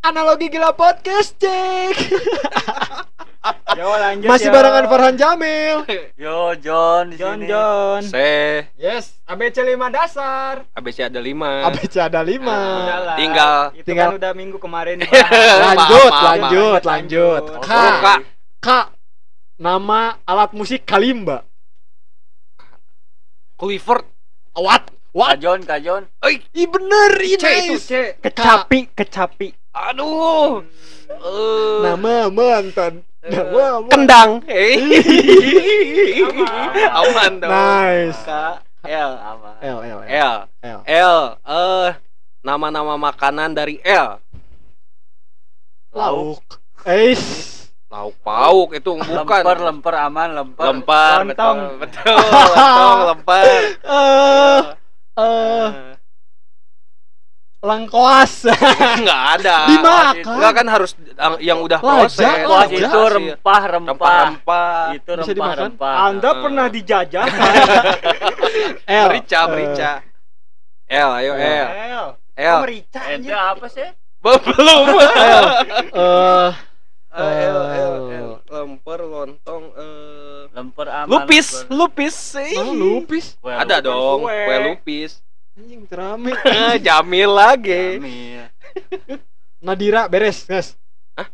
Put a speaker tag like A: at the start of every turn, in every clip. A: analogi gila podcast cek
B: Yo lanjut.
A: masih
B: yo.
A: barengan Farhan Jamil
B: Yo John di
C: John
B: sini.
C: John.
D: Se
A: yes ABC 5 dasar Ah,
D: ABC ada lima.
A: ABC ada 5
C: Udah lah.
D: Tinggal.
C: Itu
A: Tinggal.
C: kan udah minggu kemarin.
A: lanjut
D: Eh, Maaf, maaf,
A: lanjut
C: maaf.
A: lanjut
C: Oh,
A: K
D: Oh, Kak.
A: K nama alat musik kalimba
D: Clifford.
A: what
B: Kak
A: what
B: John, Kak John.
D: Oi,
A: Ih bener ini
D: C itu
A: guys.
D: C.
C: Kecapi, kecapi.
D: Aduh. Eh.
A: nama mantan nama mantan.
C: Kendang.
D: Eh.
C: Aman.
D: Aman dong.
A: nice
C: K
D: L.
B: Sama.
A: L L L
D: L.
A: L
D: L. Eh nama-nama makanan dari L.
A: lauk Eis
D: Lauk pauk itu bukan.
B: Lemper, lemper aman, lemper.
D: Lempar, betul,
C: Lontong.
D: betul, lontong, lempar.
A: eh eh langkoas
D: Enggak ada.
A: Dimakan.
D: Enggak kan harus yang udah
A: Lajang,
D: proses.
B: Wah,
A: Lajang.
B: itu rempah, rempah.
D: rempah-rempah.
B: Itu
A: Bisa
B: rempah,
A: dimakan?
B: rempah.
C: Anda
D: Eh.
C: pernah dijajah?
A: L
D: merica
A: eh,
D: merica L ayo L
C: El.
D: L
C: Merica
B: Itu
C: anjir.
D: iya.
B: apa sih?
D: Oh, belum
A: L eh
D: Ah, L L
A: L.
D: L lemper lontong eh
B: Lemper aman.
D: lupis eh.
B: lemper-
D: lupis
A: oh,
D: sih
A: lupis
B: Kue
D: ada
B: lupis.
D: dong
C: Kue.
D: kue lupis
A: anjing terame
D: Eh, jamil lagi
B: Jamil.
A: Nadira beres guys
D: Hah?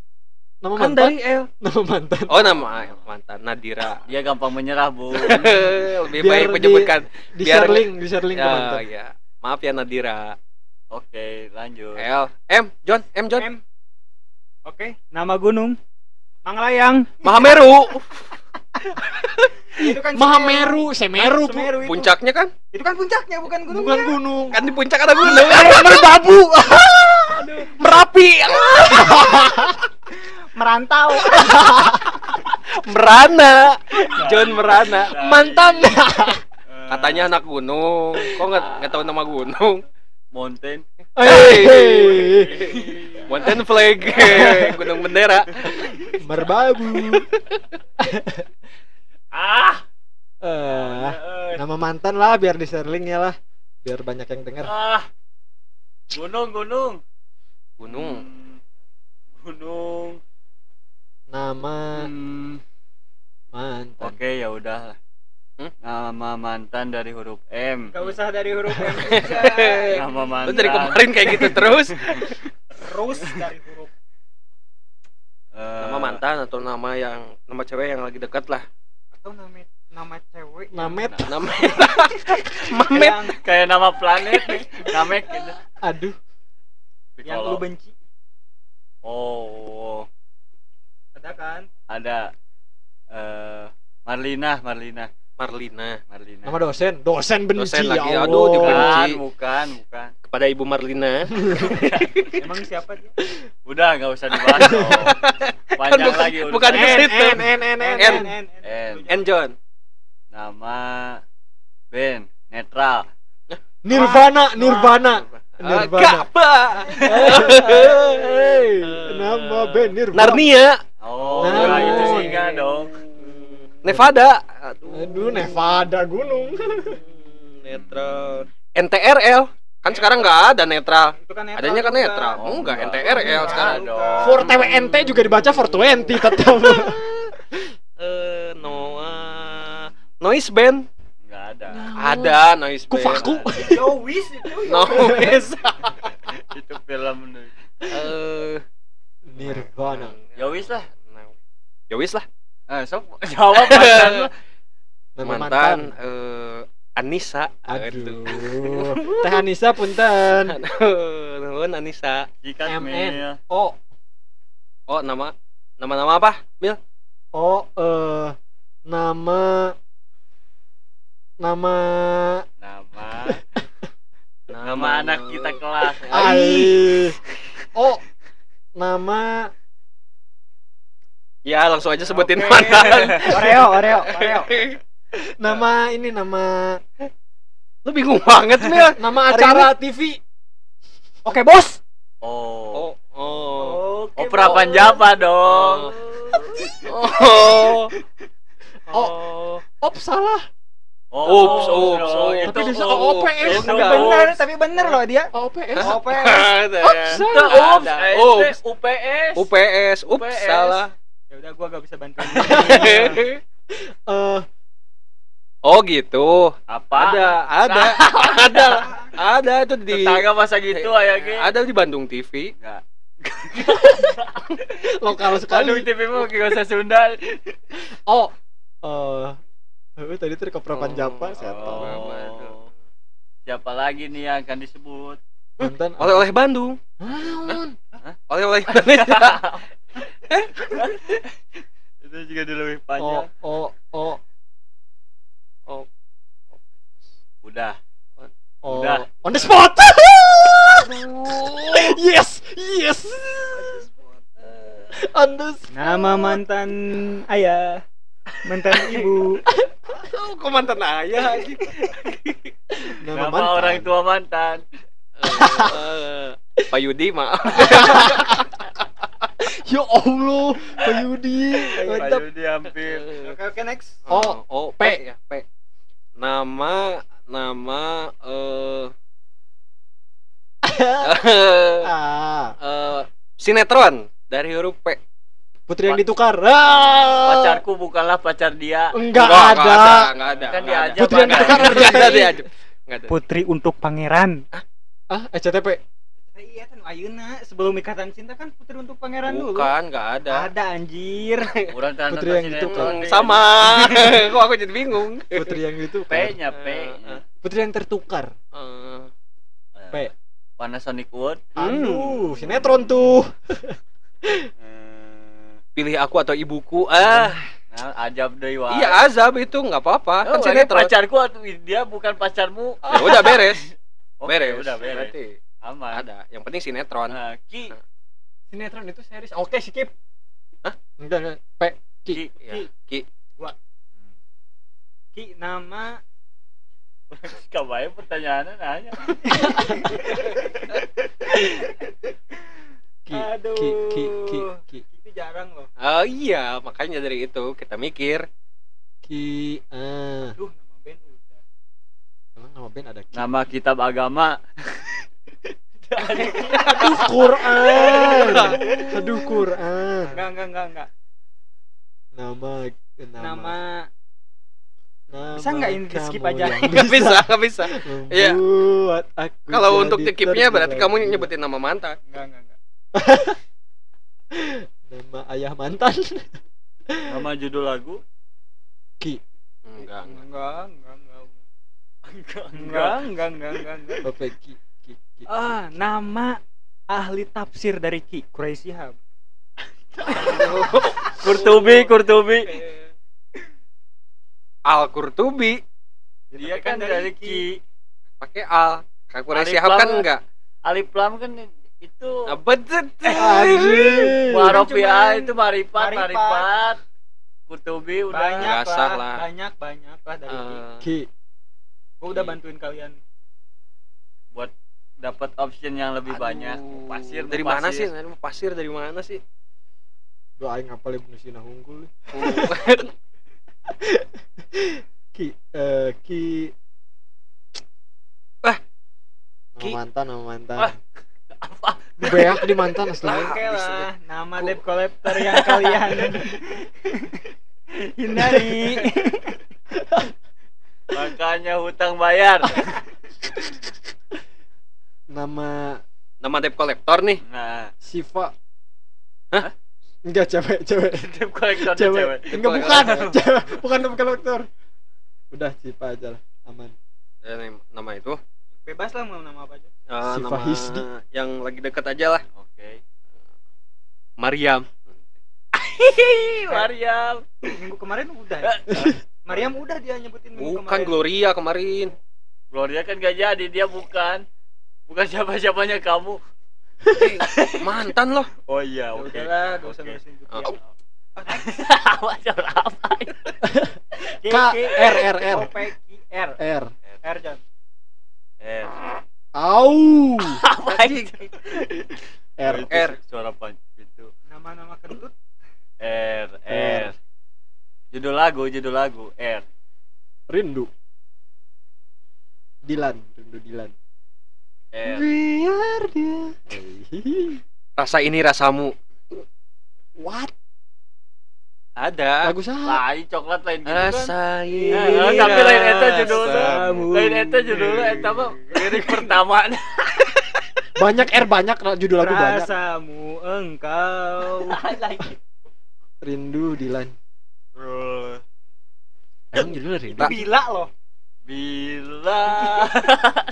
A: nama mantan
D: kan dari L
A: nama mantan
D: oh nama mantan Nadira
B: Dia gampang menyerah, Bu.
A: Biar
D: lebih baik
A: di-
D: menyebutkan
A: di share
D: Biar-
A: link di share link ke
D: ya
A: mantan
D: ya maaf ya Nadira
B: Oke, lanjut.
D: L M John M John
C: M. Oke, nama gunung. Manglayang.
D: Mahameru
C: Itu kan
A: Mahameru Semeru
C: Semeru. Semeru itu.
D: puncaknya kan
C: Itu kan puncaknya bukan
A: Bu.
C: gunungnya.
A: bukan gunung
D: kan di puncak ada gunung
A: merbabu
D: merapi
C: Merantau.
D: merana John merana
B: Dari-
A: mantan
B: eh,
D: Katanya anak gunung. Kok nggak nggak tahu nama gunung?
B: mountain.
A: Hey.
D: Mountain flag, gunung bendera.
A: merbabu
B: Ah,
A: eh
B: eh,
A: nama mantan lah biar di share linknya lah biar banyak yang denger
B: ah. Gunung, gunung.
D: Gunung.
B: Gunung.
A: nama
B: Hmm.
A: mantan
B: Oke, ya udah.
D: Hmm?
B: Nama mantan dari huruf M.
C: Gak usah dari huruf M.
D: Lu
B: Nama mantan.
D: dari kemarin kayak gitu terus.
A: Eh.
C: Terus dari huruf
B: Eh,
D: Nama mantan atau nama yang nama cewek yang lagi dekat lah.
C: atau nama nama cewek.
A: namet
D: Nama
C: Mamet. Yang,
B: Kayak nama planet nih. Namek gitu.
A: aduh
C: yang lu benci
B: Oh,
C: ada kan?
B: ada eh Marlina, Marlina,
D: Marlina.
B: Marlina.
A: nama dosen dosen benci
D: Dosen lagi,
A: ya Allah.
D: aduh, dibenci.
B: bukan,
D: benci.
B: bukan, bukan.
D: Kepada Ibu Marlina.
C: Emang siapa dia?
B: Udah nggak usah dibahas. dong. Panjang
D: Kan bukan-
B: lagi urusan.
D: bukan ke
A: N,
D: situ.
A: N, N, N, N,
D: N.
A: N.
B: N.
D: And John.
B: Nama Ben netral.
A: Nirvana Nirvana
D: Ah,
A: Nirvana.
D: Kapa.
A: Hey,
D: Ah.
A: nama band Nirvana
D: Narnia.
B: Oh,
A: Nah,
B: nah, itu
A: oh.
B: sih
D: iya.
B: nggak dong.
D: Nevada. Aduh.
A: aduh Nevada gunung
D: Netral. NTRL. Kan sekarang nggak ada netral.
C: Itu kan netral.
D: Adanya kan
C: juga.
D: netral.
B: Oh,
D: enggak,
B: enggak.
D: NTRL
B: Enggak
D: sekarang.
B: dong.
A: for TWNT juga dibaca for 20 tetap
D: Eh, Noah. Noise band.
B: Nggak ada.
D: Ada noise band.
A: Kufaku.
C: Yo wis itu. yo.
D: Noise.
B: itu film nih.
D: Eh,
A: Nirvana
B: Ya wis lah.
D: Ya wis lah.
B: Eh, sok jawab mantan lu.
A: nama mantan
D: Mantan eh Anissa.
A: aduh Teh Anissa punten
D: Aduh, Nuhun Anissa.
B: Sikat
A: MN.
B: Mil.
A: O
D: Oh, nama nama-nama apa? Mil.
A: O eh nama nama
B: Nama nama anak kita kelas.
D: Oh.
A: Ai O Oh, nama
D: Ya, langsung aja sebutin
C: Oke.
D: mantan.
C: Oreo, Oreo, Oreo.
A: nama ini nama
D: Lu bingung banget, Mil.
A: nama
D: Hari
A: acara TV Oke bos
B: Oh.
D: Oh, oh.
C: Oke.
B: Opera
C: Bos.
B: Panjapa dong.
D: Oh.
C: Oh,
A: Op Oh, salah
D: Ups, ups, ups.
A: Tapi bisa
B: Oh, Itu oh, ups.
D: Oh,
A: OPS.
B: Itu
C: Tapi bener, tapi bener loh dia.
A: Oh, OPS.
C: OP.
D: Ups.
B: Itu
A: Salah.
D: Ada.
B: ups, SD,
D: Ups.
B: UPS.
D: UPS, ups,
B: UPS.
D: salah.
C: Ya udah gua gak bisa bantuin.
A: Eh,
D: oh gitu.
B: Apa?
D: Ada, ada, ada, ada itu di
B: Tetangga masa gitu ya Ki?
D: ada di Bandung TV.
B: Enggak.
A: lokal
B: Aduh,
A: sekali.
B: TV mau kayak bahasa Sunda.
A: Oh. Eh, eh, tadi tuh kepropan Japa, saya tahu.
D: Oh.
B: Siapa lagi nih yang akan disebut?
A: Mantan.
D: Oleh-oleh Bandung.
A: Naon?
D: Oleh-oleh Indonesia.
B: Itu juga dulu lebih
A: Oh,
B: panjang.
A: oh, oh,
B: Udah.
A: oh.
B: Udah.
A: On the spot. yes, yes. On the spot.
C: Nama mantan ayah, mantan ibu.
D: Tahu kok mantan ayah anjing.
B: Nama, orang tua mantan.
D: Eh, Pak Yudi maaf.
A: Ya Allah, Pak Yudi.
B: Pak
A: Mantap.
B: Yudi hampir.
C: Oke oke next.
A: Oh,
D: oh P
A: P.
D: ya, P. Nama nama eh
A: ya? Ah,
D: eh, sinetron dari huruf P.
A: putri yang ditukar. Ah.
B: Pacarku bukanlah pacar dia.
A: Enggak
D: Nggak,
A: ada.
D: nggak ada,
B: Kan
D: nggak ada.
B: diajak,
A: Putri yang
B: Pak.
A: ditukar.
D: Nggak ada diajak. Nggak ada.
C: Putri untuk pangeran.
A: Ah, SCTP.
C: Iya kan Ayuna sebelum ikatan cinta kan putri untuk pangeran dulu.
D: Bukan, nggak ada.
C: Ada anjir.
B: Orang tanah
A: Putri yang
B: sinetron.
A: ditukar.
D: Hmm, sama. Kok aku jadi bingung.
A: Putri yang ditukar.
B: P-nya, P.
D: Eh,
A: Putri yang tertukar.
D: eh,
A: P.
B: Panasonic World.
A: Aduh, sinetron tuh.
D: pilih aku atau ibuku. Ah,
B: Nah, ajab deui wae.
D: iya azab itu nggak apa-apa.
B: Oh,
D: kan
B: ini
D: sinetron.
B: pacarku atau dia bukan pacarmu.
D: Ya udah beres.
B: Oke,
D: beres. Ah.
B: Udah beres.
D: Berarti
B: Aman.
D: ada. Yang penting sinetron.
B: Nah, Ki,
A: Sinetron itu series. Oke, skip. Hah? Enggak, enggak. P.
B: Ki.
D: Ya. Ki.
C: Ki nama
B: Kabaya pertanyaannya nanya.
A: Ki. Ki, ki, ki, ki.
C: itu jarang loh.
D: Oh iya, makanya dari itu kita mikir.
A: Ki. Ah,
C: Duh nama band udah.
A: emang nama band ada Ki.
B: Nama kitab agama.
A: Aduh, Quran. Aduh, Quran.
C: Enggak enggak enggak enggak.
A: Nama
C: Nama
A: nama,
C: Bisa nggak ini di skip aja?
D: Gak bisa, gak bisa. Iya.
A: Buat aku.
D: Kalau
A: jadi
D: untuk skipnya berarti kamu
A: tergila-gila.
D: nyebutin nama mantan.
C: enggak enggak enggak.
A: nama ayah mantan.
B: Nama judul lagu.
A: Ki.
D: Enggak,
C: Enggak
D: enggak.
C: enggak enggak.
B: Enggak,
C: Enggak enggak enggak enggak. enggak.
A: Oke, Ki. Ki. Ki.
C: Ah, nama ahli tafsir dari Ki Quraisy Hab.
B: Kurtubi, Kurtubi.
D: Al Qurtubi
C: Iya
B: Dia kan dari Ki.
D: pakai Al. Kakure
B: Alif
D: Syihab kan
B: Lam.
D: enggak.
B: Alif Lam kan itu
D: Apa tuh?
A: Eh, Anjir.
B: Warofia
C: cuman-
B: itu marifat,
C: Marifat.
B: marifat. Kurtubi udah. Ah.
C: Banyak
D: Banyak. Nggak sah
C: lah,
D: lah.
C: banyak banyak lah dari Ki.
D: Eh,
A: Ki.
C: Gua udah bantuin kalian.
B: buat dapat option yang lebih
D: aduh.
B: banyak. Pasir
D: dari
B: pasir.
D: mana sih? Dari pasir dari mana sih?
A: Doa aing ngapal Ibnu Sina Hunggul. Ki eh Ki
D: Wah.
A: Nama
D: Ki.
A: mantan nama mantan
B: Wah.
A: beak di mantan asli
B: Ah,
D: Lah.
C: Oke
D: bisa
C: lah, nama
D: Gua-
C: debt collector yang kalian hindari.
B: Makanya hutang bayar.
A: nama
D: nama debt collector nih.
B: Nah,
A: Siva
D: Hah?
A: enggak cewek cewek
B: debt collector
A: cewek
B: cewek.
A: enggak
D: Cewek.
A: bukan cewek bukan bukan dokter udah Siva aja lah aman
D: Dan Eh, Nama itu
C: Bebas lah mau nama apa aja.
D: eh,
A: Siva
D: nama
A: Hisdi.
D: yang lagi dekat aja lah.
B: Oke.
D: Mariam.
B: Mariam.
C: Minggu kemarin udah. ya? Mariam udah dia nyebutin minggu
D: Bukan
C: kemarin. Ya
D: Gloria kemarin.
B: Gloria kan gak jadi, dia bukan. Bukan siapa-siapanya kamu.
D: Mantan loh.
B: Oh iya,
C: Ya
B: oke.
C: udahlah, gak usah
B: Oke.
C: ngurusin juga.
D: Oh.
B: Wajar apa?
C: Ki,
A: K
C: Ki.
A: R R R
C: O, P, Q, R.
A: R
C: R jangan.
B: Eh,
A: au
B: apa ini?
A: R
B: Itu
D: R.
B: Suara panci itu.
C: Nama-nama kentut.
B: R,
A: R.
B: R. Judul lagu, judul lagu, R.
A: rindu Dilan, Rindu Dilan.
B: Eh,
A: Biar dia.
D: Rasa ini rasamu.
A: What? ah.
D: Ada.
A: Lagu sah.
B: lain coklat lain gitu kan.
D: Rasa ini.
B: Eh, tapi lain eta
D: rasamu.
B: judulnya. Lain
C: Eh,
B: eta judulnya eta mah lirik pertama.
A: Banyak R banyak ra- judul lagu banyak.
C: Rasamu engkau.
B: Lagi.
A: Rindu Dilan. Emang judulnya Rindu.
D: Ra-
C: Bila loh.
B: Bila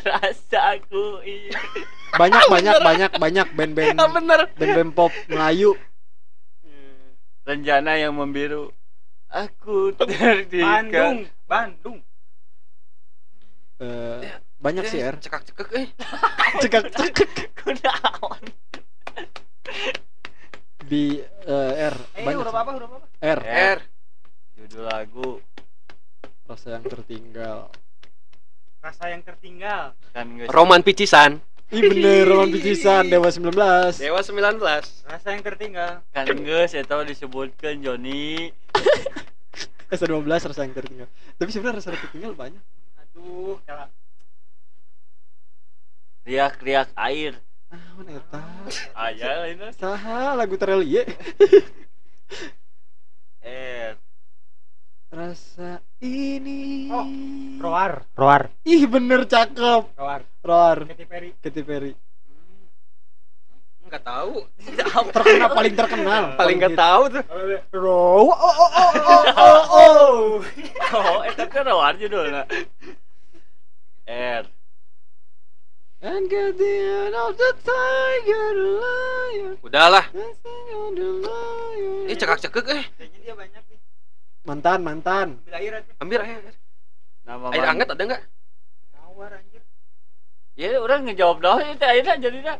B: rasaku ini.
A: Banyak banyak banyak banyak band-band
D: Ya bener.
A: band-band pop Melayu.
B: Rencana yang membiru. Aku
D: Iya.
B: terdika.
C: Bandung, Bandung.
A: Eh, banyak sih R.
D: Cekak-cekak eh.
A: Cekak cekak
B: Kunaon?
A: di eh, R
C: Eh,
A: banyak.
C: huruf
A: sih.
C: apa? Huruf apa?
A: R
D: R.
B: Judul lagu
A: rasa yang tertinggal.
C: Rasa yang tertinggal.
B: kan geus-
D: Roman Picisan.
A: Ih bener Roman Picisan Dewa 19.
D: Dewa 19.
C: Rasa yang tertinggal.
B: kan geus eta disebutkan Joni.
A: Rasa 12 rasa yang tertinggal. Tapi sebenarnya rasa yang tertinggal banyak.
C: Aduh, kalah.
B: Riak-riak air. Ah, ya,
A: Ah, mana eta?
B: Aya lainnya.
A: Saha lagu terelie.
B: Eh,
A: Rasa ini.
C: Oh, Roar, roar,
A: Ih bener cakep.
C: roar.
A: Roar
C: Katy Perry.
A: Katy Perry.
D: Enggak tahu.
A: Terkenal paling terkenal.
D: Paling enggak tahu tuh.
A: Row. Oh oh oh oh oh. oh.
B: oh, eta kan rawar judulna. R.
A: And get the end of the tiger lion.
D: Udahlah.
A: Dancing on the lion.
D: Ini cekak-cekak eh.
C: Kayaknya dia banyak nih.
A: Mantan mantan.
C: Ambil air aja.
D: Ambil air.
B: Nama
D: eh. Air
B: man-
D: hangat ada enggak?
C: Tawar anjir.
B: Ya orang ngejawab dah itu akhirnya jadi dah.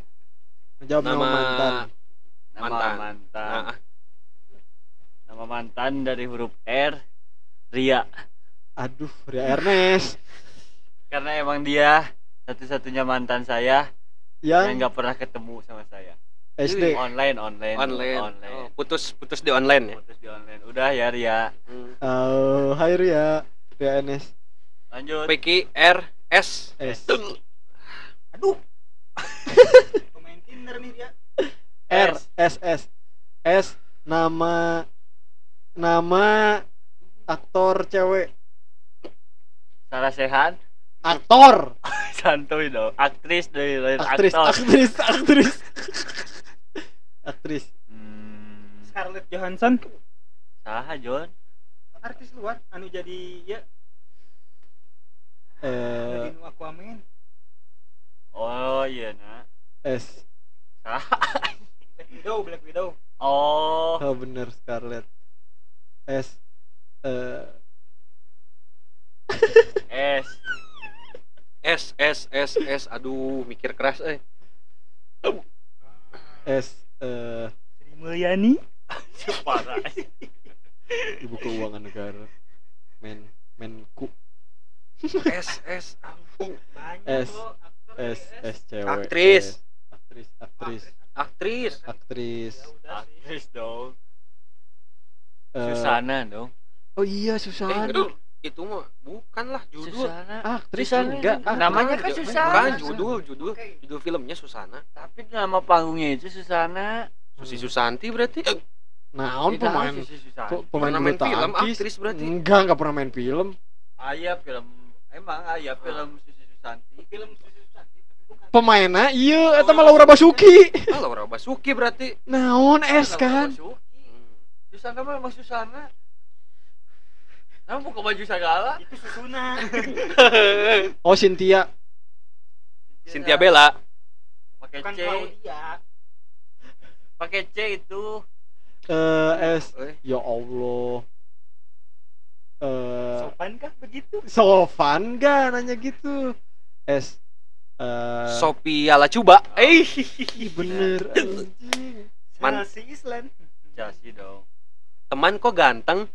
A: Menjawab nama,
D: Nama-
A: mantan.
B: Nama
D: Mantan. Nah,
B: mantan.
D: Ah,
B: Nama mantan dari huruf R Ria.
A: Aduh, Ria Ernest.
B: Karena emang dia satu-satunya mantan saya yang
A: Yang
B: nggak pernah ketemu sama saya.
A: SD.
B: Online, online,
D: Online.
B: online.
D: Oh, putus putus di online ya.
B: Putus di online. Udah ya Ria.
D: Hmm.
A: Oh, hai Ria. Ria Ernest.
B: Lanjut.
D: Peki R S.
A: S.
C: Aduh. Pemain Tinder nih dia.
A: R S S S nama nama aktor cewek
B: Sarah Sehan,
A: aktor
B: santuy dong. Aktris dari lain
A: aktris
B: aktor.
A: aktris aktris aktris
B: Hmm.
C: Scarlett Johansson.
B: Saha John?
C: Artis luar. Anu jadi ya.
A: eh
C: Jadi nu Aquaman.
B: Oh iya nak.
A: S
C: Black Widow, Black Widow.
B: Oh.
A: oh bener Scarlett S eh
B: S.
D: S S S S aduh mikir keras eh
A: S eh
C: Sri Mulyani.
B: Parah.
A: ibu keuangan negara men menku
D: S S aduh.
C: Banyak
A: S,
C: loh, aktor
A: S
C: dari
A: S cewek
D: Aktris.
A: S. aktris aktris
D: aktris Eh,
A: aktris
C: Ya udah sih.
B: Aktris dong.
A: Eh,
B: Susana dong.
A: oh iya
D: eh,
A: Susana
D: aduh, itu mah bukan lah judul
B: Susana.
A: aktris
B: Susana.
A: Ah, enggak aktris.
B: Namanya kan
D: Judul-
B: Susana.
D: bukan judul judul
C: Oke.
D: judul filmnya Susana
B: Tapi nama panggungnya itu Susana.
D: Susi Susanti berarti eh,
A: ah. naon
B: Tidak,
A: pemain
B: Susi Susana.
A: Kok pemain
D: Pernah
A: bulu
D: main film,
A: tangkis?
D: aktris berarti?
A: Enggak, enggak pernah main film.
B: Ayah film emang ayah film Susi Susanti.
C: Ah. Film Susi Susanti, tapi bukan.
A: Pemainnya iya eta mah Laura Basuki.
D: ah, Laura Basuki berarti
A: Naon es kan?
B: Hmm. Susana mah emang Susana. Nama buka baju segala.
C: Itu Susuna.
A: Oh Cynthia.
D: Cynthia Bella
B: Pakai
C: bukan
B: C,
C: Claudia.
B: pakai C itu.
A: Eh es.
D: Eh,
A: Ya Allah. Eh
C: Sopan kah begitu?
A: Sofan enggak nanya gitu. Es. Eh
D: Sophia Lacuba
B: Ah.
D: eh
A: ih, bener anjing.
D: Man-
C: Chelsea Nah, Island.
B: Jasi Iya dong.
D: teman kok ganteng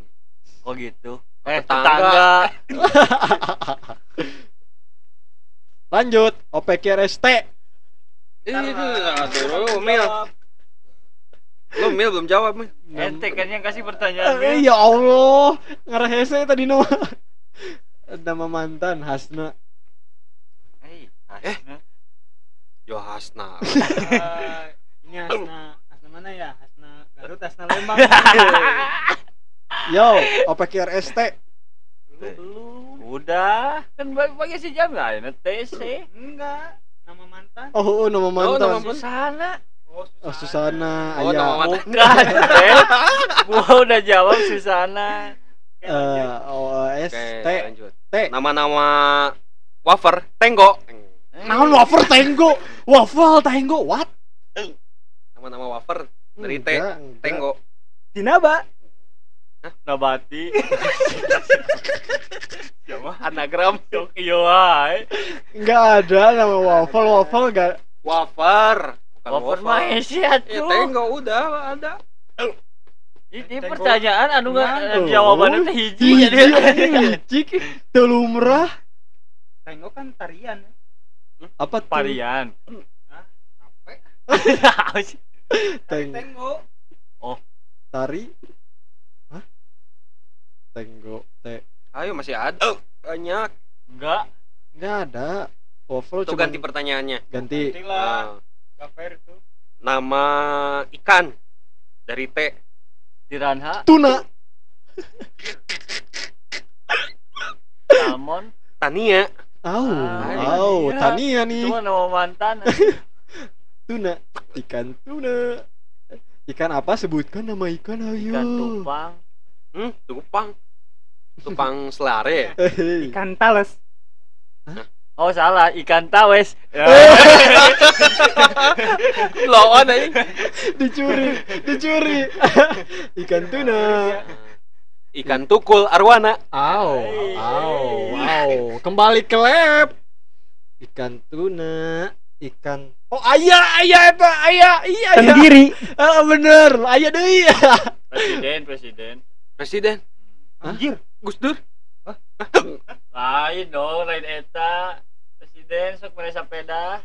B: Kok gitu? Eh,
D: Tetangga.
B: tetangga.
A: Lanjut, OPKRST.
D: eh
B: Iya,
C: Ntar lah.
D: aduh lu mil lu mil belum jawab mil
B: Ente kan yang kasih
A: Eh,
B: pertanyaan.
A: ya Allah, ngerehese tadi no. Nama mantan Hasna.
B: nah,
D: Eh? Johasna.
C: Eh, ini Hasna Hasna mana ya Hasna Garut Hasna Lembang
A: Yo, OPQRST.
C: Lu belum
B: Udah, kan bagi si jam lain, TC.
C: enggak nama mantan
A: Oh, oh, nama
B: Oh, nama
A: mantan.
B: Susana.
A: Oh, Susana,
D: Oh,
A: ayah.
D: nama mantan.
B: Bukan, Teh. Gua udah jawab Susana.
A: Eh,
D: Oke,
A: OST.
D: lanjut.
A: T.
D: Nama-nama wafer, tenggo.
A: Naon wafer tenggo? Waffle tenggo. What?
D: Nama-nama wafer dari
B: Hmm,
D: T,
A: Enggak, enggak.
D: tenggo.
C: Dinaba
B: Nabati. Siapa?
D: Anagram
B: Tokyo ay.
A: Enggak ada nama waffle, waffle enggak.
D: wafer. Bukan
B: Wafer
D: Ya,
B: Malaysia tuh.
D: tenggo udah ada.
B: Ini
C: Tengok.
B: pertanyaan anu nggak
A: Nanggung.
B: jawabannya teh
D: Iya,
B: hiji
A: Hiji,
B: jadi
A: hiji, teu lumrah.
C: tengok kan tarian ya.
A: Apa tuh?
B: varian.
C: Capek.
A: Teng-
C: tengok
A: tari. Hah? Tenggo. T.
D: Ayo masih ada. Banyak.
B: Enggak.
A: Enggak ada. Waffle
D: Tuh
A: cuma
D: ganti pertanyaannya.
A: ganti.
C: Nanti lah
A: Ah.
D: Nah,
C: gak fair tuh
D: nama ikan dari T.
B: Piranha,
A: Tuna.
B: salmon,
D: Tania.
A: Au,
B: Ah,
A: au,
B: iya.
A: Tania nih.
B: cuma nama mantan.
A: Tuna. Ikan tuna. Ikan apa sebutkan nama ikan ayo.
B: Ikan tupang,
D: Hmm, tupang. Tupang selare.
A: Hei.
C: ikan tales
B: Oh salah, ikan tawes. Ya,
D: Lawan aja.
A: dicuri, dicuri. ikan tuna.
D: Ah, Ikan tukul arwana.
A: Au,
B: Hei.
A: au, au. Kembali ke lab. Ikan tuna, ikan Oh ayah, ayah apa? Ayah, iya ayah.
C: sendiri
A: Ah bener, ayah deui.
B: Presiden, presiden.
D: Presiden
A: Hah?
C: anjir
D: Gus Dur.
B: Lain dong, lain eta. Presiden sok mere sepeda.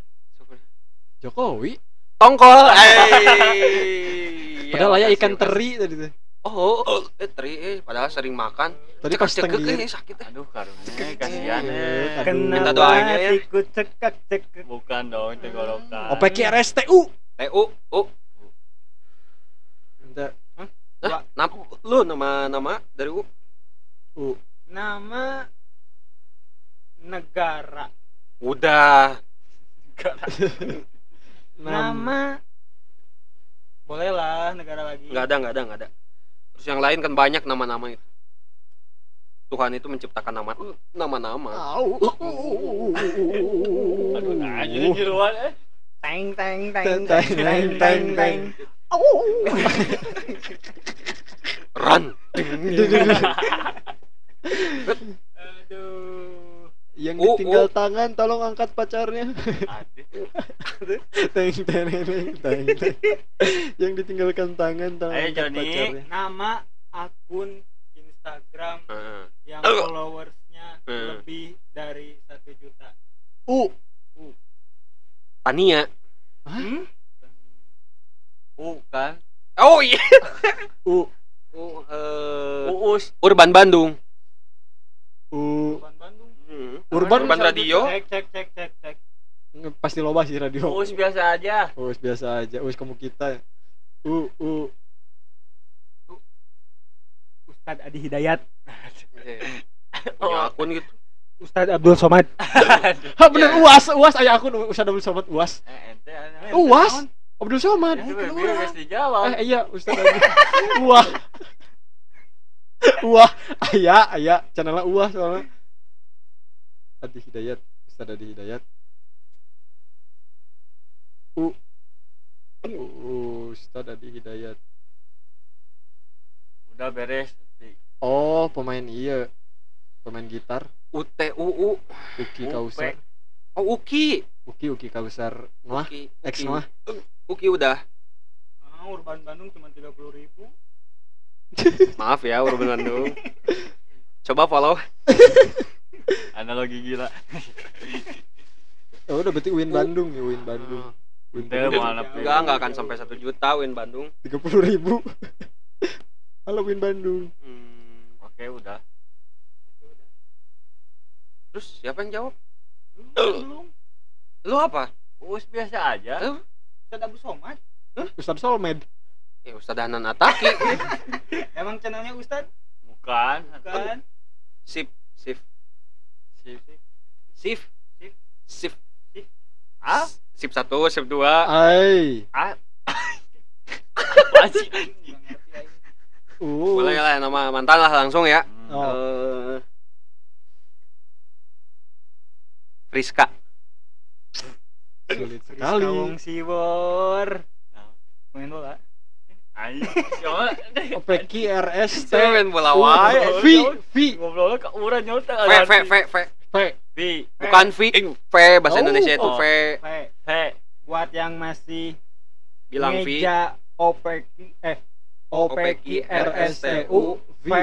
A: Jokowi.
D: Tongkol. Hey.
A: Padahal ayah ikan teri tadi tuh.
D: Oh, oh, eh, teri, eh, padahal sering makan.
A: Tadi
D: Cekak
A: pas
D: cekek
A: tenggiri.
D: ini sakit. eh.
B: Aduh karunya kasihan eh.
A: Aduh.
D: Minta
C: Kenapa
D: doanya ya.
C: hatiku cekak cekak
B: Bukan dong tenggorokan.
A: OPK RSTU.
D: TU, U. Hah? Nam, lu nama nama dari U.
C: nama negara
D: Udah.
C: nama bolehlah negara lagi
D: Nggak ada, nggak ada, nggak ada. Terus yang lain kan banyak nama-nama itu. Tuhan itu menciptakan nama nama-nama.
A: Au.
B: Aduh, nah, jadi jeruan eh.
C: teng teng
A: Teng,
C: teng
A: teng, teng, teng, teng.
D: Run.
C: aduh
A: Yang
D: Oh,
A: ditinggal
D: oh.
A: tangan tolong angkat pacarnya.
B: Aduh.
A: Teng, teng, teng, teng, teng. Yang ditinggalkan tangan tolong
B: Ayo,
A: angkat
B: Eh, Joni.
A: pacarnya.
C: nama akun Instagram
D: Heeh.
C: yang
D: Aduh.
C: followersnya
D: Hmm.
C: lebih dari satu juta
A: U.
D: Tania.
C: hmm?
B: Bukan.
D: Oh iya.
A: U.
D: U, eh,
B: Uus.
D: Urban Bandung.
A: U.
C: Bukan Bandung
A: Urban Oh.
D: Urban Radio.
C: cek cek cek cek cek
A: pasti loba sih radio.
B: Uus biasa aja.
A: Us biasa aja. Us kamu kita. U U.
C: Ustadz Adi Hidayat
D: Punya akun gitu.
C: Ustadz Abdul Somad
A: Ha bener UAS, UAS aya akun Us Abdul Somad UAS.
B: Eh, ente anu.
A: UAS. Abdul Somad. Eh,
B: Itu
A: kan
B: berbeda
A: urang.
B: mesti dijawab.
A: Eh iya Ustaz Abdul. Uah. Uah, aya aya channelnya Uah soalnya. Adi Hidayat, Ustaz Adi Hidayat. U U- Ustaz Adi Hidayat.
B: Udah beres.
A: Oh, pemain iya. Pemain gitar
D: UTUU.
A: Uki
B: Upe.
A: Kausar.
D: Oh, Uki.
A: Uki Uki Kausar. Noah
D: Uki.
A: X
D: Uki.
A: Noah.
D: Uki udah.
C: ah, Urban Bandung cuma tiga puluh ribu
D: Maaf ya Urban Bandung. Coba follow.
B: Analogi gila.
A: Oh, udah berarti Win
D: U.
A: Bandung ya, Win Bandung.
D: Ah,
A: Win
B: Teu
A: Bandung.
B: mau anak
C: Enggak,
D: Enggak, enggak Ah. akan sampai satu juta Win Bandung.
A: 30 ribu Halo Win Bandung
D: Hmm.
B: Oke, udah.
D: Terus siapa yang jawab?
C: Kan Belum, belum
D: Lu apa? Eh,
B: Uus biasa aja.
D: Lu?
C: Ustaz Abdul Somad
A: Ustaz Solmed.
D: Ya Ustaz Hanan Ataki.
C: emang channelnya Ustaz
B: Bukan.
C: kan
D: sip, sip,
B: Si- si-
D: sip,
C: Sip.
D: sip.
B: Ah?
D: Sip satu, sip
A: Ah.
D: dua.
A: Ai.
B: Apaan sih?
C: Nggak ngerti aing.
A: Uh.
D: Boleh ya, lah nama mantan lah langsung ya.
B: Hmm.
A: Oh.
D: Eh, Rizka.
A: Sulit sekali.
C: Rizka Wong Siwor main bola
B: Anjing. Siapa?
A: Oh, Peki RST.
D: Saya main bola
A: U,
D: wae.
A: V V
B: Ngobrol ke urang nyaut
D: V, V, V, V.
A: V.
B: V.
D: Bukan V, V
A: Oh,
D: bahasa Indonesia itu
B: oh.
D: V.
C: Pe,
B: He.
C: buat yang masih
D: Bilang V,
C: meja OPEC eh OPEC RSTU
A: V.
C: V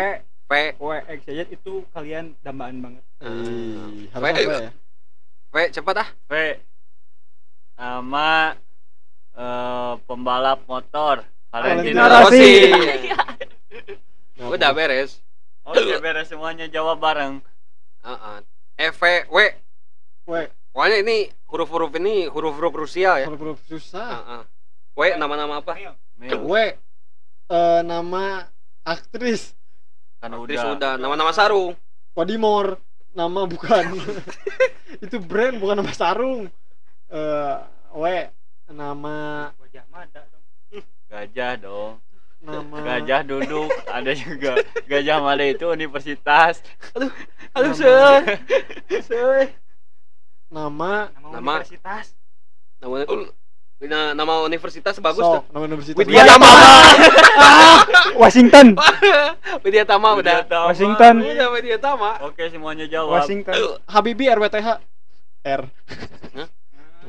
D: V,
C: WXJ itu kalian dambaan banget
A: Ih,
D: V.
A: Harus apa ya?
D: V cepat ah.
B: V. Nama eh, pembalap motor
A: Valentino
B: Valentino
A: Rossi.
B: Rossi.
A: Nah,
D: Udah beres.
B: Oke, beres semuanya jawab bareng.
D: Heeh. E, V, W.
A: W.
D: Pokoknya ini huruf-huruf ini huruf-huruf krusial ya.
A: Huruf-huruf susah.
D: Heeh. W nama-nama apa? Ah.
B: Mil,
A: W. Eh, nama aktris
B: kan
D: Aktris
B: udah.
D: udah. Nama-nama sarung.
A: Wadimor. Nama bukan. Itu brand bukan nama sarung. Eh, W. Nama
C: wajah mada dong
B: Gajah dong.
A: nama
B: Gajah duduk, ada juga. Gajah Mada itu universitas.
A: Aduh,
B: seueuh.
A: nama
C: nama,
D: Nama.
C: universitas
D: Nama Nah, nama universitas bagus
A: sok,
D: tuh.
A: nama universitas
B: Iya,
D: Widya
A: Widya-
D: Tama. Ah!
C: Washington
D: Widya Tama udah.
B: Tama.
C: Washington.
D: Udah Widya Tama.
B: Iya, Oke, semuanya jawab.
C: Washington
A: Iya, Habibi RWTH R
D: Hah?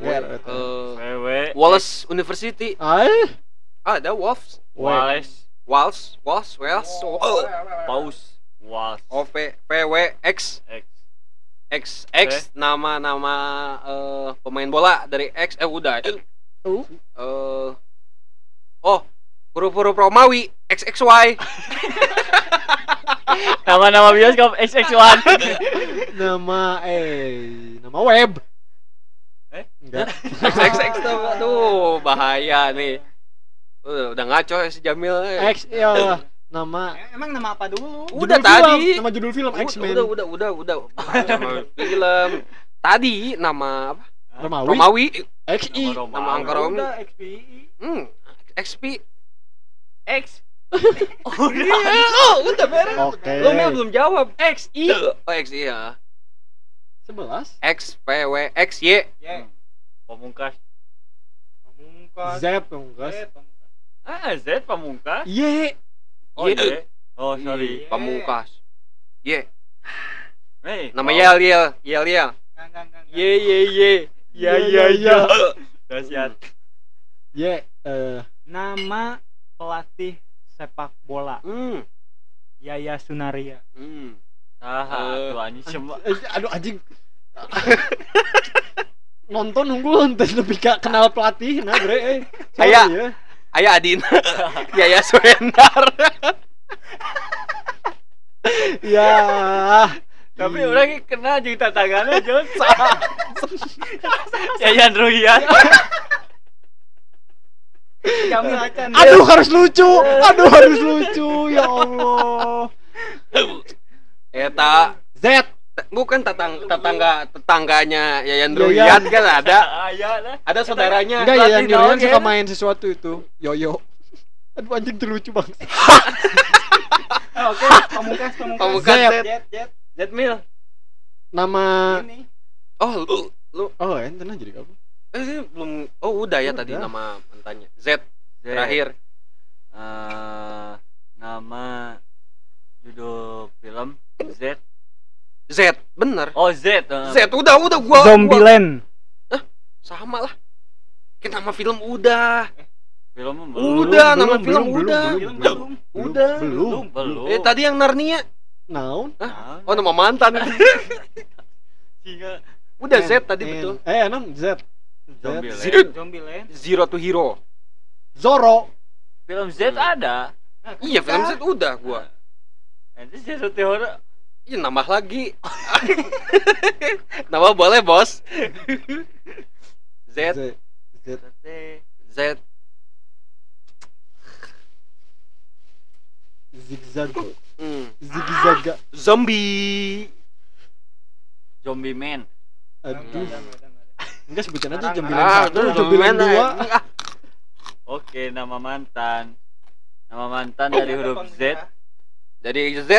A: W, RWTH
D: Eh,
B: Wewe,
D: Wallace University.
A: Ay
D: Ah, ada Wolves.
A: W
B: Wales,
D: Walls, Walls, Wales. Oh.
B: Paus, Wals,
D: O P P W X
B: X.
D: X X nama-nama eh, pemain bola dari X eh udah. Eh
A: U
D: oh, huruf-huruf Romawi XXY.
B: Nama-nama bioskop XX1.
A: nama eh nama web
B: Eh?
A: enggak
D: XXX tuh, tuh bahaya nih. Udah, udah ngaco si Jamil. eh.
A: X ya nama
C: Eh, emang nama apa dulu
D: Udah
A: judul film,
D: tadi.
A: nama judul film X Men
D: Udah, udah, udah, udah. Sama film. Tadi nama apa?
A: Romawi
D: Romawi.
A: X I
D: Nama
B: Nama
D: angkor Romi.
C: udah XPI
D: Hmm, XP.
B: X.
D: Iya, oh, udah beres.
A: oke
D: Lo Mil belum jawab.
A: X I
D: Oh, X iya.
A: sebelas
D: X P W X Y.
C: Y
B: Pamungkas.
C: pamungkas
A: Z pungkas
C: Z, pamungkas.
B: Ah, Z Pamungkas.
A: Y
B: Oh,
D: Ye.
B: Y. Oh, sorry.
D: Pamungkas. Y.
B: Hey,
D: Nama Yel Yel Yel Yel.
C: Nggak, nggak, nggak, nggak.
B: Ye ye ye. Ya ya
A: iya.
B: ya. Dahsyat.
A: Y eh
C: nama pelatih sepak bola
D: Hmm.
C: Yaya Sunaria
D: Hmm.
B: Ah,
D: Eh.
B: tuh anjing semua.
A: Eh, aduh anjing nonton unggul ente tapi gak kenal pelatih nah bre eh Sorry,
D: Aya.
A: ya.
D: Ayah Adina. Yaya Surendar.
A: ya
B: Tapi orang kena jeung tantangannya, Jon.
D: gitu.
B: Yayan Ruhian.
C: Jamil acan
A: aduh harus lucu aduh harus lucu ya allah
D: Eta
A: Z
D: t- bukan tetang, tetangga tetangganya Yayan
A: Yayan.
D: Ruhian kan ada
B: Aya Ah, iya lah.
D: ada saudaranya
A: enggak ya yang
D: Latin,
A: durian
D: oke.
A: suka main sesuatu itu yoyo aduh anjing terlucu bang
C: Ah, oke pamungkas pamungkas
D: Pamungkas,
A: Zep.
D: Zep.
C: Jet Jet
B: Jetmil.
A: nama
C: ini
D: Oh lu lu
A: oh enten aja jadi kamu
D: eh, sih, belum oh udah Iya, ya tadi
A: Udah.
D: nama mantannya Z
B: Terakhir.
D: terakhir
B: eh nama judul film Z
D: Z bener
B: oh Z eh.
D: Z udah udah gua gua-
C: Zombieland
D: sama lah Kan nama film udah
B: film belum
D: udah nama film udah
C: Film belum
D: udah
A: belum
B: belum
D: eh tadi yang Narnia
A: now
B: Ah,
D: oh nama mantan
B: singa
D: udah Z tadi betul
A: eh enam Z
B: zombie
D: Z.
B: land.
C: Zombieland
D: Zero to Hero
A: Zoro
B: film
D: Hmm.
B: Z ada
D: iya film Z udah gua
B: nanti Z teori
D: Iya nambah lagi. nambah boleh bos. Z
A: Z Z
B: Z
D: Z
A: zigzag
D: hmm.
A: zigzag
D: zombie
B: Zombie Man.
A: aduh
C: Enggak, enggak, enggak, enggak.
A: enggak sebutin aja
C: Sekarang
A: jam
C: nggak.
A: bilang
D: ah
A: satu
D: itu
A: jam
D: zombie
A: bilang
D: man
A: dua
D: eh. Ah,
B: Oke, nama mantan. Nama mantan
D: Oh,
C: Ada
B: dari huruf Z,
C: pengusaha.
D: jadi Z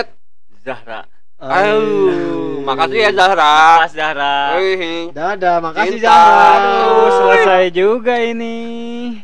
B: Zahra.
D: Aduh, makasih ya Zahra.
B: Mas Zahra.
D: Wih.
A: dadah makasih
D: Cinta.
A: Zahra
D: Aduh,
C: Aduh, selesai juga ini.